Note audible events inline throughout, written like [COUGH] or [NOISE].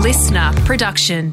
listener production.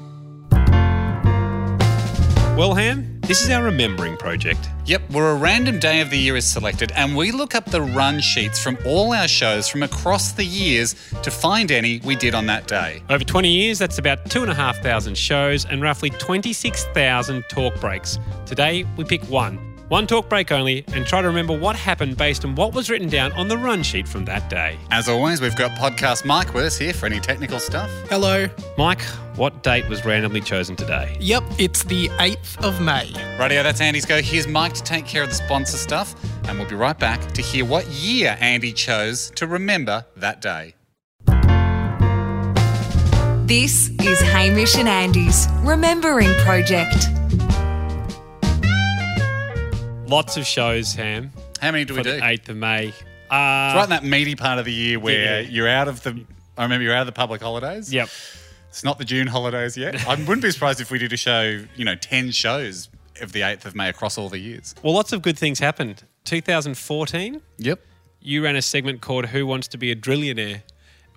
Well, Ham, this is our remembering project. Yep, where a random day of the year is selected and we look up the run sheets from all our shows from across the years to find any we did on that day. Over 20 years, that's about 2,500 shows and roughly 26,000 talk breaks. Today, we pick one. One talk break only and try to remember what happened based on what was written down on the run sheet from that day. As always, we've got podcast Mike with us here for any technical stuff. Hello. Mike, what date was randomly chosen today? Yep, it's the 8th of May. Radio, that's Andy's go. Here's Mike to take care of the sponsor stuff, and we'll be right back to hear what year Andy chose to remember that day. This is Hamish and Andy's Remembering Project. Lots of shows, Ham, How many do for we the do? 8th of May. It's Uh, right in that meaty part of the year where Yeah. you're out of the. I remember you're out of the public holidays. Yep. It's not the June [LAUGHS] holidays yet. I wouldn't be surprised if we did a show, you know, 10 shows of the 8th of May across all the years. Well, lots of good things happened. 2014, Yep. you ran a segment called "Who Wants to Be a Drillionaire,"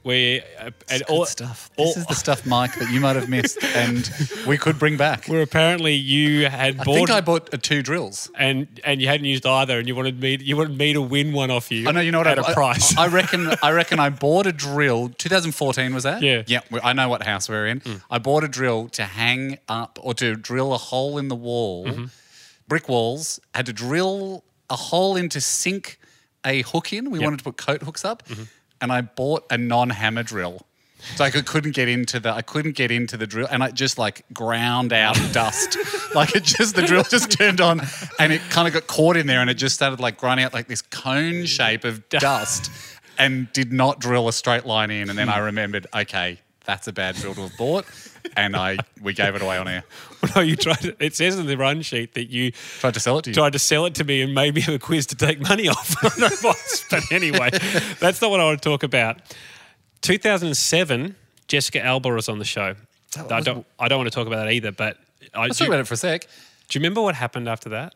where uh, and Good stuff. This all- is the stuff, Mike, that you might [LAUGHS] have missed and we could bring back. where apparently you had I bought think I bought uh, two drills. and and you hadn't used either, and you wanted me you wanted me to win one off you. I know you know what at I, a price. I, I reckon. I reckon I bought a drill. 2014 was that? Yeah. Yeah. we- I know what house we're in. I bought a drill to hang up or to drill a hole in the wall, brick walls. Had to drill a hole in to sink a hook in. We wanted to put coat hooks up, and I bought a non-hammer drill. So I could, couldn't get into the I couldn't get into the drill, and I just like ground out dust. Like it just the drill just turned on, and it kind of got caught in there, and it just started like grinding out like this cone shape of dust, and did not drill a straight line in. And then I remembered, okay, that's a bad drill to have bought, and I we gave it away on air. [LAUGHS] no, you tried. To, it says in the run sheet that you Tried to sell it to you. tried to sell it to me and made me have a quiz to take money off. [LAUGHS] I don't know why, but anyway, that's not what I want to talk about. 2007, Jessica Alba was on the show. I don't. I don't want to talk about that either. But I, Let's do, talk about it for a sec. do you remember what happened after that?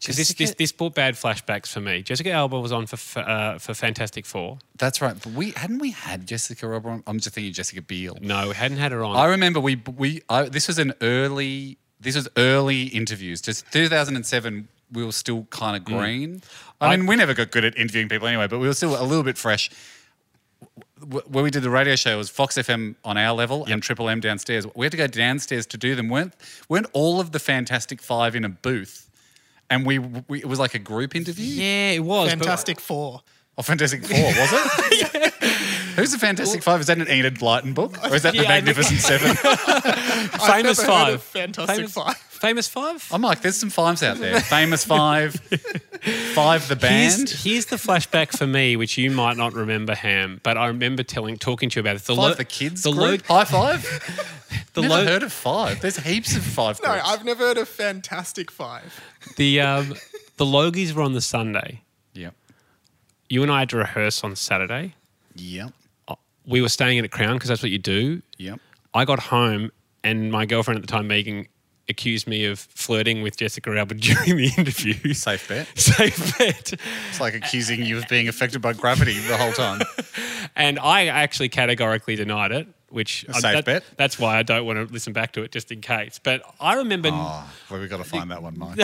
Because this, this this brought bad flashbacks for me. Jessica Alba was on for f- uh, for Fantastic Four. That's right. But we hadn't we had Jessica Robber on. I'm just thinking Jessica Biel. No, we hadn't had her on. I remember we we I, this was an early this was early interviews. Just 2007, we were still kind Mm. of green. I, mean, we never got good at interviewing people anyway, but we were still a little bit fresh. W- Where we did the radio show was Fox FM on our level and Triple M downstairs. We had to go downstairs to do them. weren't weren't all of the Fantastic Five in a booth? And we, we it was like a group interview. yeah, it was but- Fantastic Four. Or Fantastic Four, was it? [LAUGHS] Who's the Fantastic Five? Is that an Enid Blyton book, or [LAUGHS] is that the Yeah, I think- [LAUGHS] Magnificent Seven? famous never heard five. of Fantastic famous, Five. Famous five. I'm like, there's some fives out there. Famous Five, Five the band. Here's, here's the flashback for me, which you might not remember, Ham, but I remember telling, talking to you about it. The Five lo- the kids the group. lo- High [LAUGHS] five. the Never lo- heard of five. There's heaps of five. No, groups. I've never heard of Fantastic Five. the um, the Logies were on the Sunday. Yep. You and I had to rehearse on Saturday. Yep. We were staying at a Crown because that's what you do. Yep. I got home, and my girlfriend at the time, Megan, accused me of flirting with Jessica Alba [LAUGHS] during the interview. [LAUGHS] Safe bet. Safe bet. It's like accusing you of being affected by gravity the whole [LAUGHS] time. And I actually categorically denied it, which I- safe that- bet. That's why I don't want to listen back to it just in case. But I remember, Oh, well, we've got to find that one, [LAUGHS] Mike.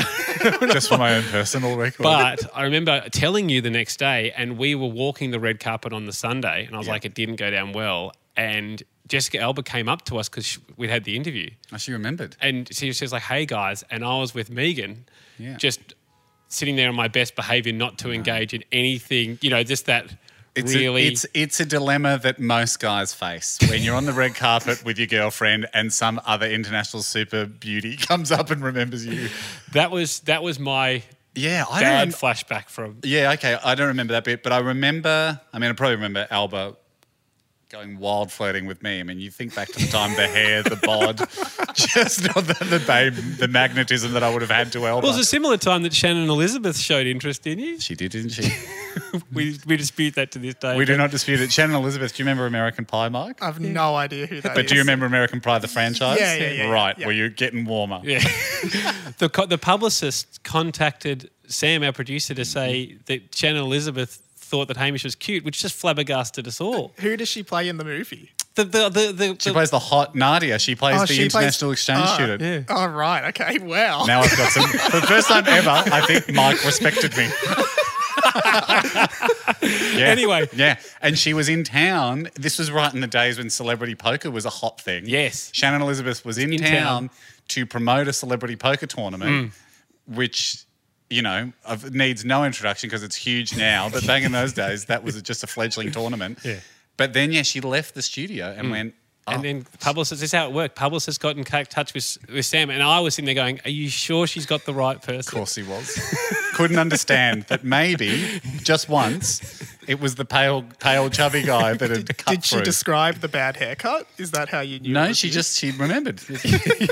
Just for my own personal record. but I remember telling you the next day, and we were walking the red carpet on the Sunday, and I was like, it didn't go down well. And Jessica Elba came up to us because we'd had the interview, Oh, she remembered. and she was she was like, "Hey guys," and I was with Megan, Yeah. just sitting there on my best behaviour, not to engage in anything, you know, just that. It's really, a, it's it's a dilemma that most guys face when you're on the red carpet with your girlfriend and some other international super beauty [LAUGHS] comes up and remembers you. that was that was my Yeah, I bad don't. flashback from Yeah, okay. I don't remember that bit, but I remember. I mean, I probably remember Alba going wild flirting with me. I mean, you think back to the time, the hair, the bod, [LAUGHS] just not the, the babe, the magnetism that I would have had to Alba. Well, it was a similar time that Shannon Elizabeth showed interest in you. she did, didn't she? We, we dispute that to this day. we do not dispute it. Shannon Elizabeth, do you remember American Pie, Mike? I have no idea who that is. but do you remember American Pie, the franchise? Oh, Yeah, yeah, yeah, yeah, Right, yeah. well, you're getting warmer. Yeah. the, co- the publicist contacted Sam, our producer, to say that Shannon Elizabeth thought that Hamish was cute, which just flabbergasted us all. Who does she play in the movie? The the the, the, She the- plays the hot Nadia. She plays Oh, the she plays- international exchange oh, student. Oh, right. Okay. Wow. Now I've got some. For the first time ever, I think Mike [LAUGHS] respected me. yeah. Anyway. Yeah. And she was in town. This was right in the days when celebrity poker was a hot thing. Yes. Shannon Elizabeth was in, In town, town. to promote a celebrity poker tournament, Mm. which. You know, of- needs no introduction because it's huge now. But back in those days, that was just a fledgling tournament. Yeah. Mm. But then, yeah, she left the studio and went. Oh, and then publicists. This is how it worked. Publicists got in ca- touch with with Sam, and I was sitting there going, "Are you sure she's got the right person?" Of course he was. Couldn't understand that maybe just once it was the pale, pale, chubby guy that [LAUGHS] had cut Did she through. describe the bad haircut? Is that how you knew? it no, was she you? just she remembered.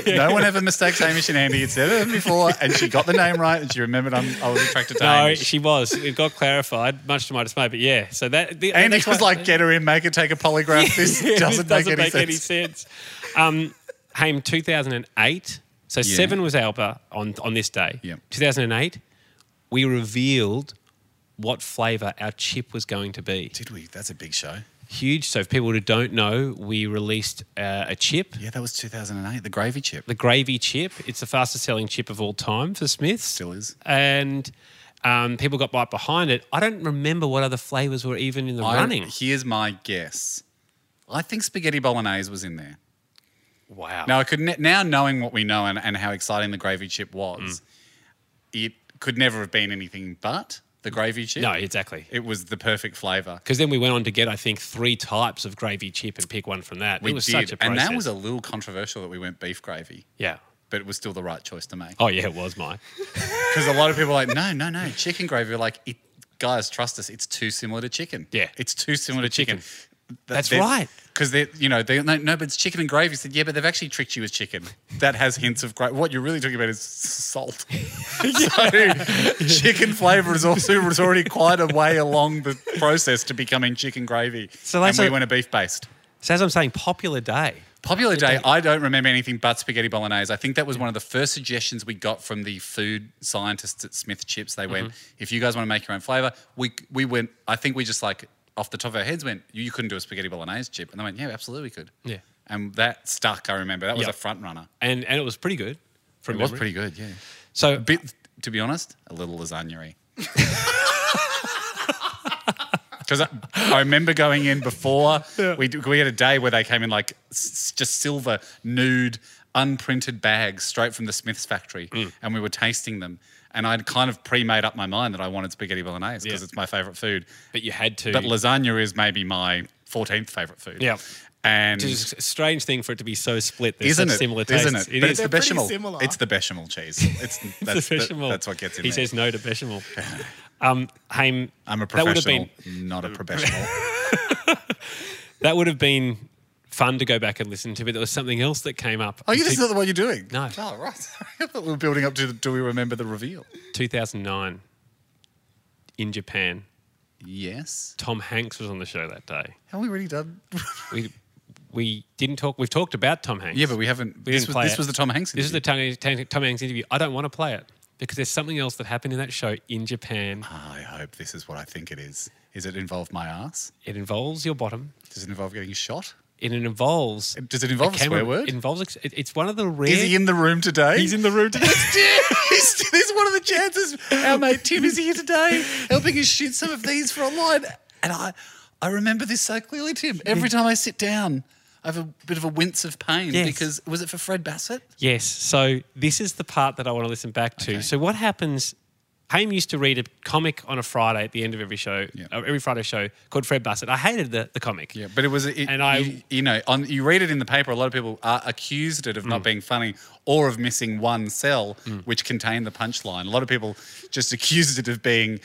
No one ever mistakes Hamish and Andy. It's never happened before, and she got the name right, and she remembered I'm, I was attracted to No, Hamish. she was. It got clarified, much to my dismay. But yeah, so that the, Andy that's was why- like, "Get her in, make her take a polygraph. this Yeah, [LAUGHS] doesn't, this make, any, sense. sense. Um, Haim, 2008. So Yeah. seven was Alba on on this day. Yep. 2008, we revealed what flavour our chip was going to be. Did we? That's a big show. Huge. So for people who don't know, we released uh, a chip. Yeah, that was 2008. The gravy chip. The gravy chip. It's the fastest selling chip of all time for Smiths. Still is. And um, people got right behind it. I don't remember what other flavours were even in the I- running. Here's my guess. I think spaghetti bolognese was in there. Wow. Now I could ne- now knowing what we know and, and how exciting the gravy chip Mm. was, it could never have been anything but the gravy chip. no, exactly. it was the perfect flavor. Because then we went on to get, I think, three types of gravy chip and pick one from that. We it was did, such a and process. that was a little controversial that we went beef gravy, yeah. but it was still the right choice to make Oh yeah, it was mine. because a lot of people are like, no, no, no, chicken gravy. We're Like, it, guys, trust us, it's too similar to chicken. Yeah. it's too similar to chicken. That's right. Because they, you know, they no, no, but it's chicken and gravy. You said, yeah, but they've actually tricked you with chicken. That has hints of gravy. What you're really talking about is [LAUGHS] salt. so chicken flavour is also was already quite a way along the process to becoming chicken gravy. So that's and we a- went a beef based. So as I'm saying, popular day. Popular day, I don't remember anything but spaghetti bolognese. I think that was one of the first suggestions we got from the food scientists at Smith Chips. They went, Mm-hmm. if you guys want to make your own flavor, we we went, I think we just like off the top of our heads went, you, you couldn't do a spaghetti bolognese chip. And they went, yeah, absolutely we could. Yeah. And that stuck, I remember. That was Yeah. a front runner. And and it was pretty good. From It was memory. pretty good, yeah. So A bit, to be honest, a little [LAUGHS] lasagnery. Because I, I remember going in before we d- we had a day where they came in like s- just silver nude unprinted bags straight from the Smiths factory, Mm. and we were tasting them. And I'd kind of pre-made up my mind that I wanted spaghetti bolognese because Yeah. it's my favorite food. but you had to. But lasagna is maybe my fourteenth favorite food. Yeah. and It's just a strange thing for it to be so split. There's isn't such it? Similar tastes. isn't it? It but is. it's the They're pretty bechamel. similar. It's the bechamel cheese. It's [LAUGHS] that's, It's a bechamel. That, that's what gets in He there. says no to [LAUGHS] bechamel. um, Haim, I'm a That would have professional, been not [LAUGHS] a professional. that would have been fun to go back and listen to, but there was something else that came up. oh, in you just two- not the one you're doing. No. Oh, right. [LAUGHS] Sorry. I thought we were building up to the, do we remember the reveal? 2009 in Japan. Yes. Tom Hanks was on the show that day. Have we already done? We we didn't talk. We've talked about Tom Hanks. yeah, but we haven't. We this didn't was, play this it. was the Tom Hanks. This is the interview. Tom, Tom- Tom Hanks interview. I don't want to play it because there's something else that happened in that show in Japan. I hope this is what I think it is. Is it involve my ass? It involves your bottom. Does it involve getting shot? It involves. Does it involve a camera- swear word? It involves. ex- it- It's one of the rare. is he in the room today? He's in the room today. [LAUGHS] this is one of the chances our mate Tim is here today, helping us shoot some of these for online. And I, I remember this so clearly, Tim. Every time I sit down, I have a bit of a wince of pain Yes. because was it for Fred Bassett? Yes. So this is the part that I want to listen back to. So what happens? Haim used to read a comic on a Friday at the end of every show, Yeah. uh, every Friday show called Fred Bassett. I hated the, the comic. Yeah, but it was, it, And I- you, you know, on you read it in the paper. A lot of people are accused it of Mm. not being funny or of missing one cell, which contained the punchline. A lot of people just [LAUGHS] accused it of being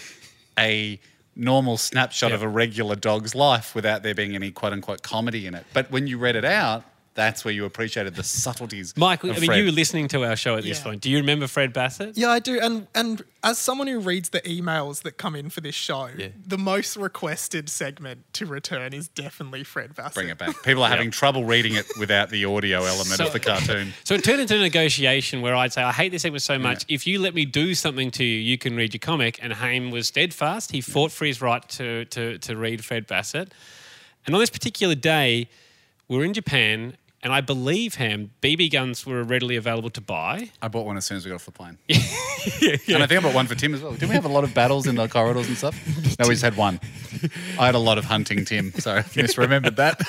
a normal snapshot of Yeah. a regular dog's life without there being any quote unquote comedy in it. But when you read it out, that's where you appreciated the subtleties. Mike, I of mean, Fred. you were listening to our show at this Yeah. point. Do you remember Fred Bassett? Yeah, I do. And and as someone who reads the emails that come in for this show, the most requested segment to return is definitely Fred Bassett. bring it back. People are having trouble reading it without the audio element So- of [LAUGHS] the cartoon. So it turned into a negotiation where I'd say, I hate this segment so much. If you let me do something to you, you can read your comic. And Haim was steadfast. He fought for his right to, to, to read Fred Bassett. And on this particular day, We were in Japan, and I believe Ham BB guns were readily available to buy. I bought one as soon as we got off the plane. And I think I bought one for Tim as well. Didn't we have a lot of battles in the corridors and stuff? No, we just had one. I had a lot of hunting, Tim. Sorry, I misremembered that.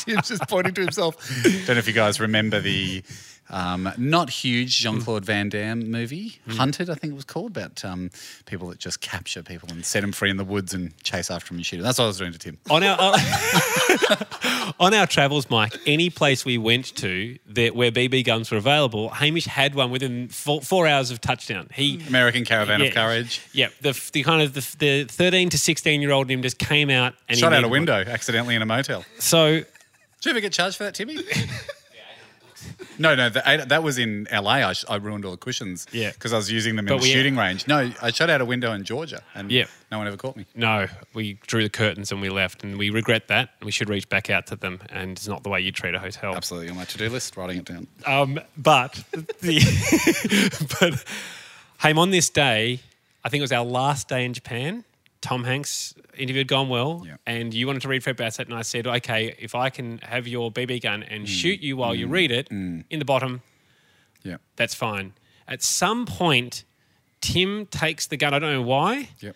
Tim's just pointing to himself. Don't know if you guys remember the um, not huge Jean Claude Van Damme movie, Hunted, I think it was called, about um, people that just capture people and set them free in the woods and chase after them and shoot them. That's what I was doing to Tim. on our on [LAUGHS] our travels, Mike, any place we went to that where BB guns were available, Hamish had one within four, four hours of touchdown. Mm. He American Caravan yeah, of Courage. Yeah, the, f- the kind of the, the thirteen to sixteen year old in him just came out and he Shot out needed a one. window accidentally in a motel. So Did you ever get charged for that, [LAUGHS] Timmy? No, no, the, I, that was in LA. I, sh- I ruined all the cushions. Yeah. Because I was using them in But the we- shooting range. No, I shot out a window in Georgia and Yeah. no one ever caught me. no, we drew the curtains and we left, and we regret that. We should reach back out to them, and it's not the way you treat a hotel. Absolutely on my to do list, writing it down. Um, but the [LAUGHS] but Haim on this day, I think it was our last day in Japan. Tom Hanks interviewed Gone Well, Yeah. and you wanted to read Fred Bassett, and I said, okay, if I can have your BB gun Hmm. and shoot you while you read it in the bottom, Yeah. that's fine. At some point, Tim takes the gun. I don't know why. Yep.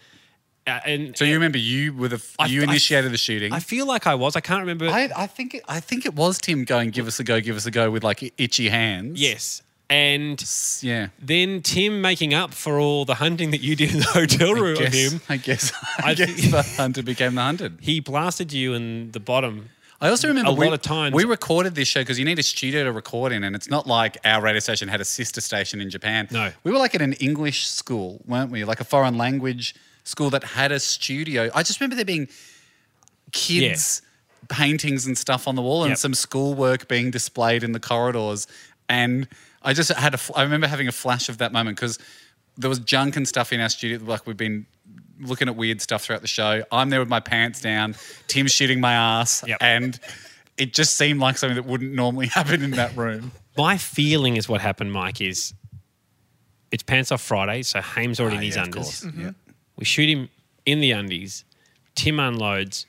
Uh, and So you remember you were the f- I- you I- initiated the shooting. I feel like I was. I can't remember. I, I think it, I think it was Tim going, give us a go, give us a go with like itchy hands. yes. And S- Yeah. then Tim making up for all the hunting that you did in the [LAUGHS] hotel room of Guess- him. I guess [LAUGHS] I, I guess think- the hunter became the hunted. He blasted you in the bottom. I also remember A we, lot of times- we recorded this show because you need a studio to record in, and it's not like our radio station had a sister station in Japan. No. we were like at an English school, weren't we? Like a foreign language school that had a studio. I just remember there being kids paintings and stuff on the wall, and Yep. some schoolwork being displayed in the corridors. And I just had a, fl- I remember having a flash of that moment because there was junk and stuff in our studio. Like we've been looking at weird stuff throughout the show. I'm there with my pants down. Tim's shooting my ass, Yep. and it just seemed like something that wouldn't normally [LAUGHS] happen in that room. My feeling is what happened, Mike, is it's pants off Friday, so Hames already in his Ah, yeah, of undies. course. Mm-hmm. We shoot him in the undies. Tim unloads.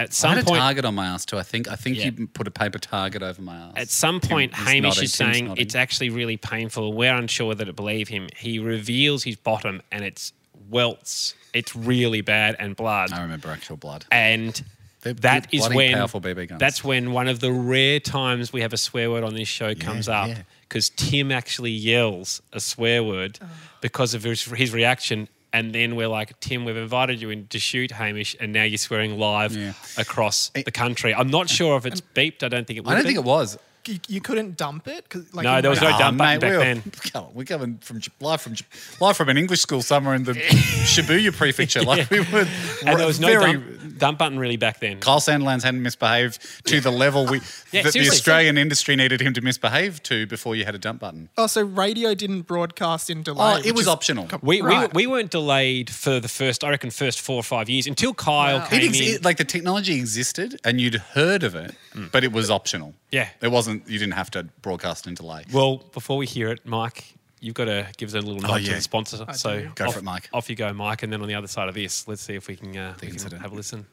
At I some had a point, target on my ass too. I think I think Yeah. you put a paper target over my ass. at some point, Tim's Hamish nodding, is Tim's saying nodding. it's actually really painful. We're unsure whether to believe him. He reveals his bottom, and it's welts. It's really bad and blood. I remember actual blood. and They're that big, is bloody when powerful BB guns. that's when one of the rare times we have a swear word on this show comes up yeah. because Tim actually yells a swear word because of his, his reaction. And then we're like, Tim, we've invited you in to shoot Hamish, and now you're swearing live Yeah. across the country. I'm not sure if it's beeped. I don't think it. Would I don't be. think it was. You, you couldn't dump it? 'Cause, like, No, in there was no Wales- dump button we back were- then. [LAUGHS] Come on, we're coming from J- live from J- live from an English school [LAUGHS] somewhere in the Shibuya prefecture. Like we were, And there was no very. dump, dump button really back then. Kyle Sandlands hadn't misbehaved to the level we Yeah, that the seriously. Australian industry needed him to misbehave to before you had a dump button. Oh, so radio didn't broadcast in delay. Oh, which it was is- optional. We, Right. we, we weren't delayed for the first, I reckon, first four or five years until Kyle It came ex- in. it- like the technology existed and you'd heard of it, but it was optional. Yeah. it wasn't. You didn't have to broadcast in delay. Well, before we hear it, Mike, you've got to give us a little nod to Oh, yeah. the sponsor. so do. Go off, for it, Mike. Off you go, Mike. And then on the other side of this, let's see if we can, uh, we can incident. have a listen.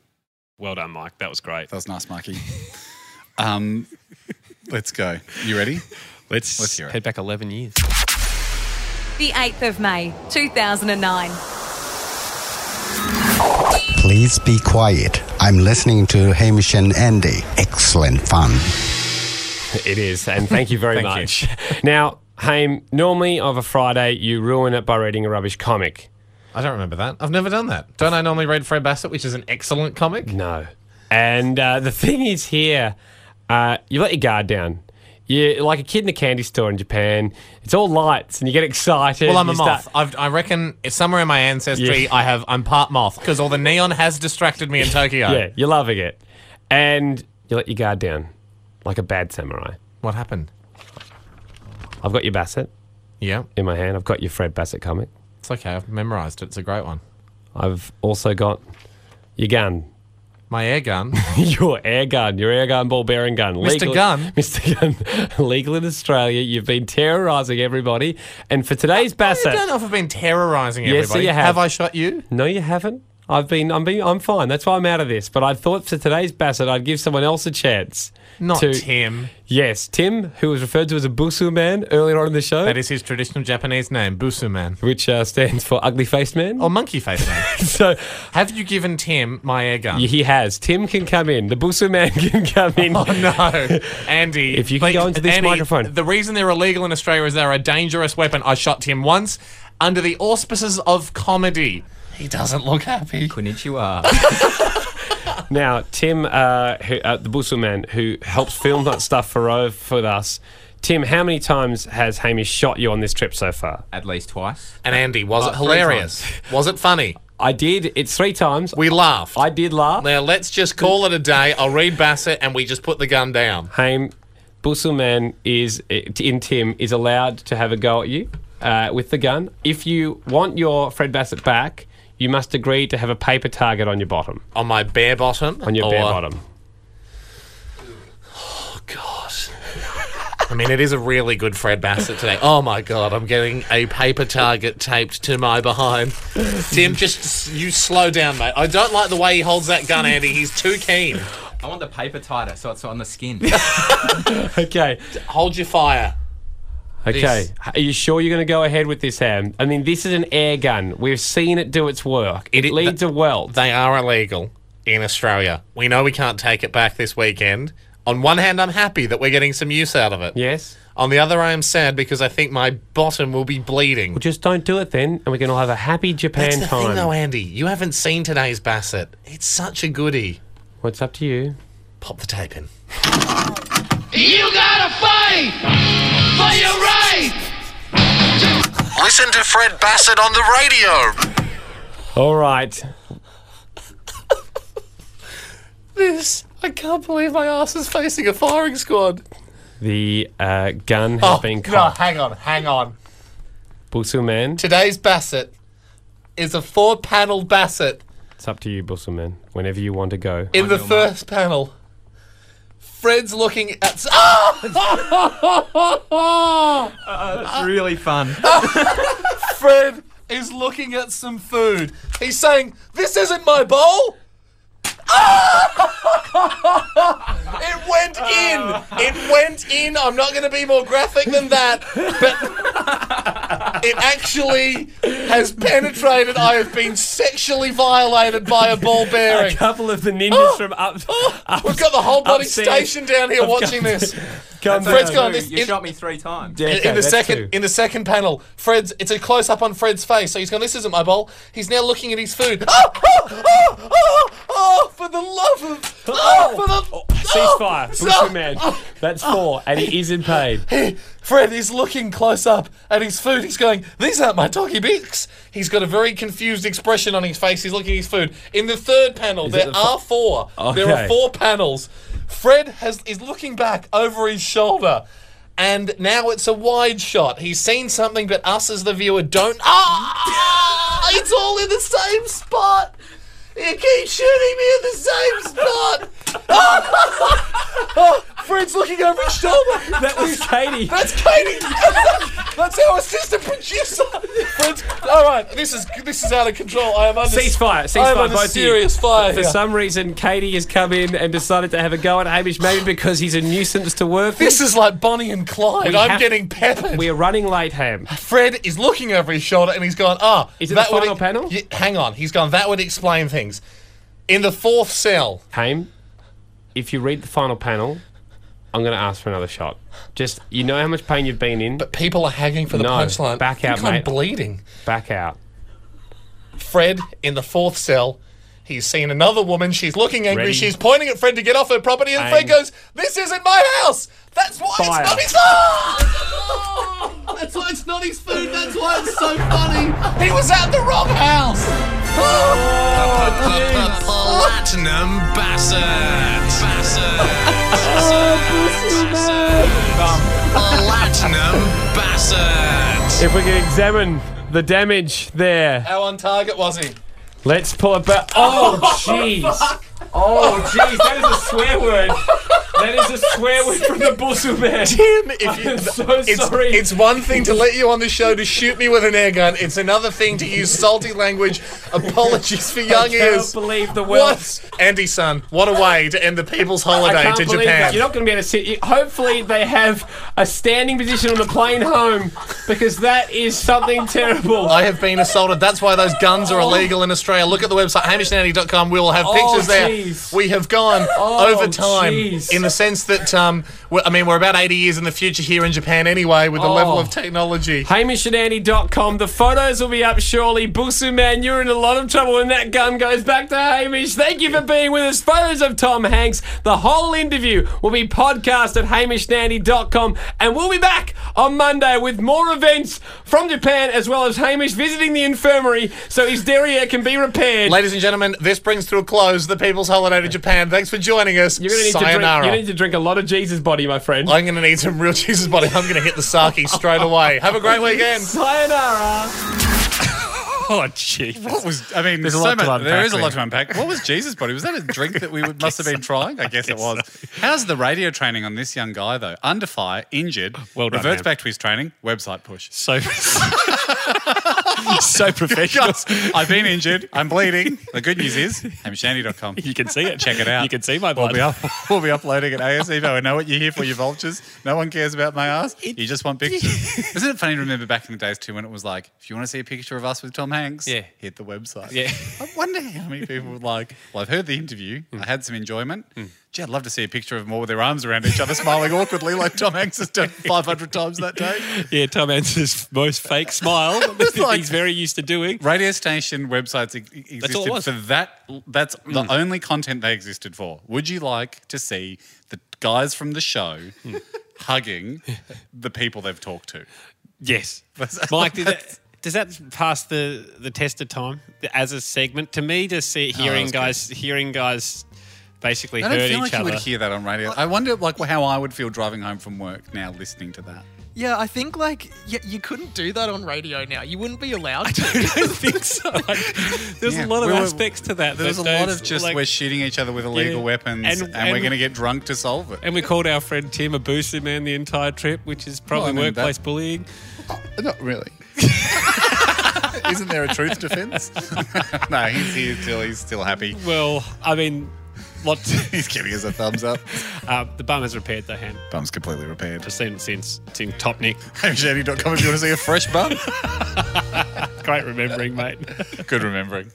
Well done, Mike. That was great. That was nice, Mikey. um, let's go. You ready? Let's, let's hear it. head back 11 years. [LAUGHS] The 8th of May, 2009. Please be quiet. I'm listening to Hamish and Andy. Excellent fun. It is, and thank you [LAUGHS] very Thank much. Now, Haim, normally of a Friday, you ruin it by reading a rubbish comic. I don't remember that. I've never done that. Don't I normally read Fred Bassett, which is an excellent comic? No. And uh, the thing is here, uh, you let your guard down. You're like a kid in a candy store in Japan. It's all lights, and you get excited. Well, I'm a you start- moth. I've, I reckon it's somewhere in my ancestry, Yeah. I have I'm part moth because all the neon has distracted me in Tokyo. Yeah, you're loving it, and you let your guard down, like a bad samurai. What happened? I've got your Bassett Yeah, in my hand. I've got your Fred Bassett comic. it's okay. I've memorized it. It's a great one. I've also got your gun. My air [LAUGHS] gun. Your air gun, your air gun, ball bearing gun. Mr. [LAUGHS] Gun? Mr. Gun, legal in Australia. You've been terrorising everybody. And for today's I Bassett. don't know if I've been terrorizing Yes, everybody. you have. I shot you? No, you haven't. I've been, I'm being, I'm fine. That's why I'm out of this. But I thought for today's Bassett, I'd give someone else a chance. Not to, Tim. Yes, Tim, who was referred to as a busu man earlier on in the show, That is his traditional Japanese name, Busu Man. which uh, stands for ugly faced man. Or Monkey Face [LAUGHS] Man. So Have you given Tim my air gun? y- he has. Tim can come in. The busu man [LAUGHS] can come in. [LAUGHS] Oh no, Andy! If you can please- go into this Andy, microphone. the reason they're illegal in Australia is they're a dangerous weapon. I shot Tim once under the auspices of comedy. He doesn't look happy. Konnichiwa. Now, Tim, uh, who, uh, the Busel man who helps film that stuff for Rove with us. Tim, how many times has Hamish shot you on this trip so far? At least twice. And Andy, was it three hilarious? Uh, Was it funny? I did. It's three times. We laughed. I did laugh. now let's just call it a day. I'll read Bassett, and we just put the gun down. Ham, Busel man is uh, in Tim is allowed to have a go at you uh, with the gun. If you want your Fred Bassett back, you must agree to have a paper target on your bottom, On my bare bottom. on your bare or- bottom. [LAUGHS] God. I mean, it is a really good Fred Bassett [LAUGHS] today. Oh my God, I'm getting a paper target taped to my behind. Tim, just s- you slow down, mate. I don't like the way he holds that gun, Andy. He's too keen. I want the paper tighter so it's on the skin. Okay. Hold your fire. Okay. This- Are you sure you're going to go ahead with this, Ham? I mean, this is an air gun. We've seen it do its work. It, It- leads the- a weld. They are illegal in Australia. We know we can't take it back this weekend. On one hand, I'm happy that we're getting some use out of it. yes. On the other, I am sad because I think my bottom will be bleeding. Well, just don't do it then, and we can all have a happy Japan That's the time. thing, though, Andy. You haven't seen today's Bassett. It's such a goodie. well, it's up to you. Pop the tape in. You gotta fight for your right. Listen to Fred Bassett on the radio. All right. This, I can't believe my ass is facing a firing squad. The uh, gun Oh, has been cocked. hang on, hang on. Busu man. Today's Bassett is a four panel Bassett. It's up to you, Busu man. Whenever you want to go. In the first panel, Fred's looking at. Ah! That's really fun. Fred is looking at some food. He's saying, This isn't my bowl. Ah! [LAUGHS] it went in. It went in. I'm not going to be more graphic than that. But it actually has penetrated. I have been sexually violated by a ball A [LAUGHS] bearing. couple of the ninjas Oh, from up. We've got the whole bloody upstairs. station down here watching this. [LAUGHS] Come Fred's down. gone, this- you it- shot me three times. Yeah, In- okay, in the that's second two. in the second panel, Fred's it's a close up on Fred's face. So he's going, "This isn't my bowl." He's now looking at his food. [LAUGHS] Oh, oh, oh, oh, oh for the love of oh, for the Ceasefire, Oh. Busu man. That's four, and he is in pain. [LAUGHS] He- Fred is looking close up at his food. He's going, "These aren't my doggy bits." He's got a very confused expression on his face. He's looking at his food. In the third panel, there are four. There Okay. are four panels. Fred has is looking back over his shoulder, and now it's a wide shot. He's seen something, but us as the viewer don't. Ah! it's all in the same spot. You keep shooting me in the same spot. Ah! [LAUGHS] Fred's looking over his shoulder. That was Katie. That's [LAUGHS] Katie. That's our assistant producer. Fred, all right, this is this is out of control. I am under Ceasefire, I am ceasefire, under both of you. serious fire For here. some reason, Katie has come in and decided to have a go at Hamish, maybe because he's a nuisance to work with. This is like Bonnie and Clyde. We I'm have- getting peppered. We are running late, Ham. Fred is looking over his shoulder and he's gone, ah. Is it that the would final panel? Yeah, hang on. He's gone, that would explain things. In the fourth cell, Ham, if you read the final panel, I'm going to ask for another shot. Just, you know how much pain you've been in. but people are hanging for the No, punchline. back I out, think I'm mate. bleeding. Back out. Fred in the fourth cell. He's seen another woman. She's looking angry. Ready. She's pointing at Fred to get off her property, and Aim. Fred goes, "This isn't my house. That's why Fire. it's not his." Ah! [LAUGHS] That's why it's not his food. That's why it's [LAUGHS] so funny. He was at the wrong house. Platinum Bassett. Bassett. Platinum Bassett. If we can examine the damage there, How on target was he? let's [LAUGHS] Oh, pull it back. Oh, jeez. Oh, jeez. That is a swear word. That is was a swear word from the Bustle [LAUGHS] Man. Tim, if you, I'm so it's, sorry. it's one thing to let you on the show to shoot me with an air gun. It's another thing to use salty language. Apologies for young can't ears. believe the What? words. Andy, son, what a way to end the people's I holiday can't to believe Japan. that. You're not going to be able to sit. you- Hopefully, they have a standing position on the plane home because that is something terrible. [LAUGHS] I have been assaulted. That's why those guns Oh. are illegal in Australia. Look at the website, hamishnandy.com. We will have pictures there. jeez. We have gone Oh, over time jeez. in the sense that, um, we're, I mean, we're about 80 years in the future here in Japan anyway Oh. with the level of technology. HamishAndAndy.com. The photos will be up shortly. Busu man, you're in a lot of trouble when that gun goes back to Hamish. Thank you for being with us. Photos of Tom Hanks. The whole interview will be podcast at HamishNandy.com. And we'll be back on Monday with more events from Japan as well as Hamish visiting the infirmary so his derriere can be repaired. Ladies and gentlemen, this brings to a close the people's holiday to Japan. Thanks for joining us. You're going to need to Sayonara. drink. You need to drink a lot of Jesus body, my friend. I'm going to need some real Jesus body. I'm going to hit the sake straight away. Have a great weekend. Sayonara. Oh, jeez. What was I mean? There's a so lot to much- there unpack is a lot to there. unpack. What was Jesus' body? Was that a drink that we [LAUGHS] would, must have been trying? I guess it was. How's the radio training on this young guy though? Under fire, injured, Well done, reverts man. back to his training. Website push. So, [LAUGHS] so professional. [LAUGHS] Guys, I've been injured. I'm bleeding. The good news [LAUGHS] is, hamishandy.com. You can see it. Check it out. You can see my We'll blood. be, up, [LAUGHS] we'll be uploading at ASEVO. I know what you're here for, you vultures. No one cares about my ass. You just want pictures. [LAUGHS] Isn't it funny to remember back in the days, too, when it was like, if you want to see a picture of us with Tom Hanks, Yeah. hit the website. Yeah. I wonder how many people would like, well, I've heard the interview. Mm. I had some enjoyment. Gee, I'd love to see a picture of them all with their arms around each other, [LAUGHS] smiling awkwardly like Tom Hanks has [LAUGHS] done 500 times that day. Yeah, Tom Hance's most fake [LAUGHS] smile that like- he's very used to doing. radio station websites e- e- That's all it existed was. Hmm. for that. That's the only content they existed for. Would you like to see the guys from the show Hmm. [LAUGHS] hugging the people they've talked to? Yes, Mike. [LAUGHS] Did that, does that pass the the test of time as a segment? To me, just see, hearing was good. guys hearing guys basically I don't hurt feel each like you other. would hear that on radio. I wonder, like, how I would feel driving home from work now listening to that. Yeah, I think like you, you couldn't do that on radio now. You wouldldn't be allowed [LAUGHS] to. I don't think so. Like, there's Yeah, a lot of we were- aspects to that. There was a that lot don't- of just like- we're shooting each other with illegal Yeah. weapons, and, And- and- we're going to get drunk to solve it. and we called our friend Tim a booster man the entire trip, which is probably Well, I mean, that- workplace bullying. Not [LAUGHS] really. Isn't there a truth defence? [LAUGHS] no, he's here still. He's still happy. Well, I mean, what? He's giving us a thumbs up. [LAUGHS] uh, the bum has repaired their hand. Bum's completely repaired. I've seen since since Top Nick. HamShandy.com if you want to see a fresh [LAUGHS] bum. Great remembering, mate. Good remembering.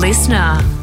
Listener.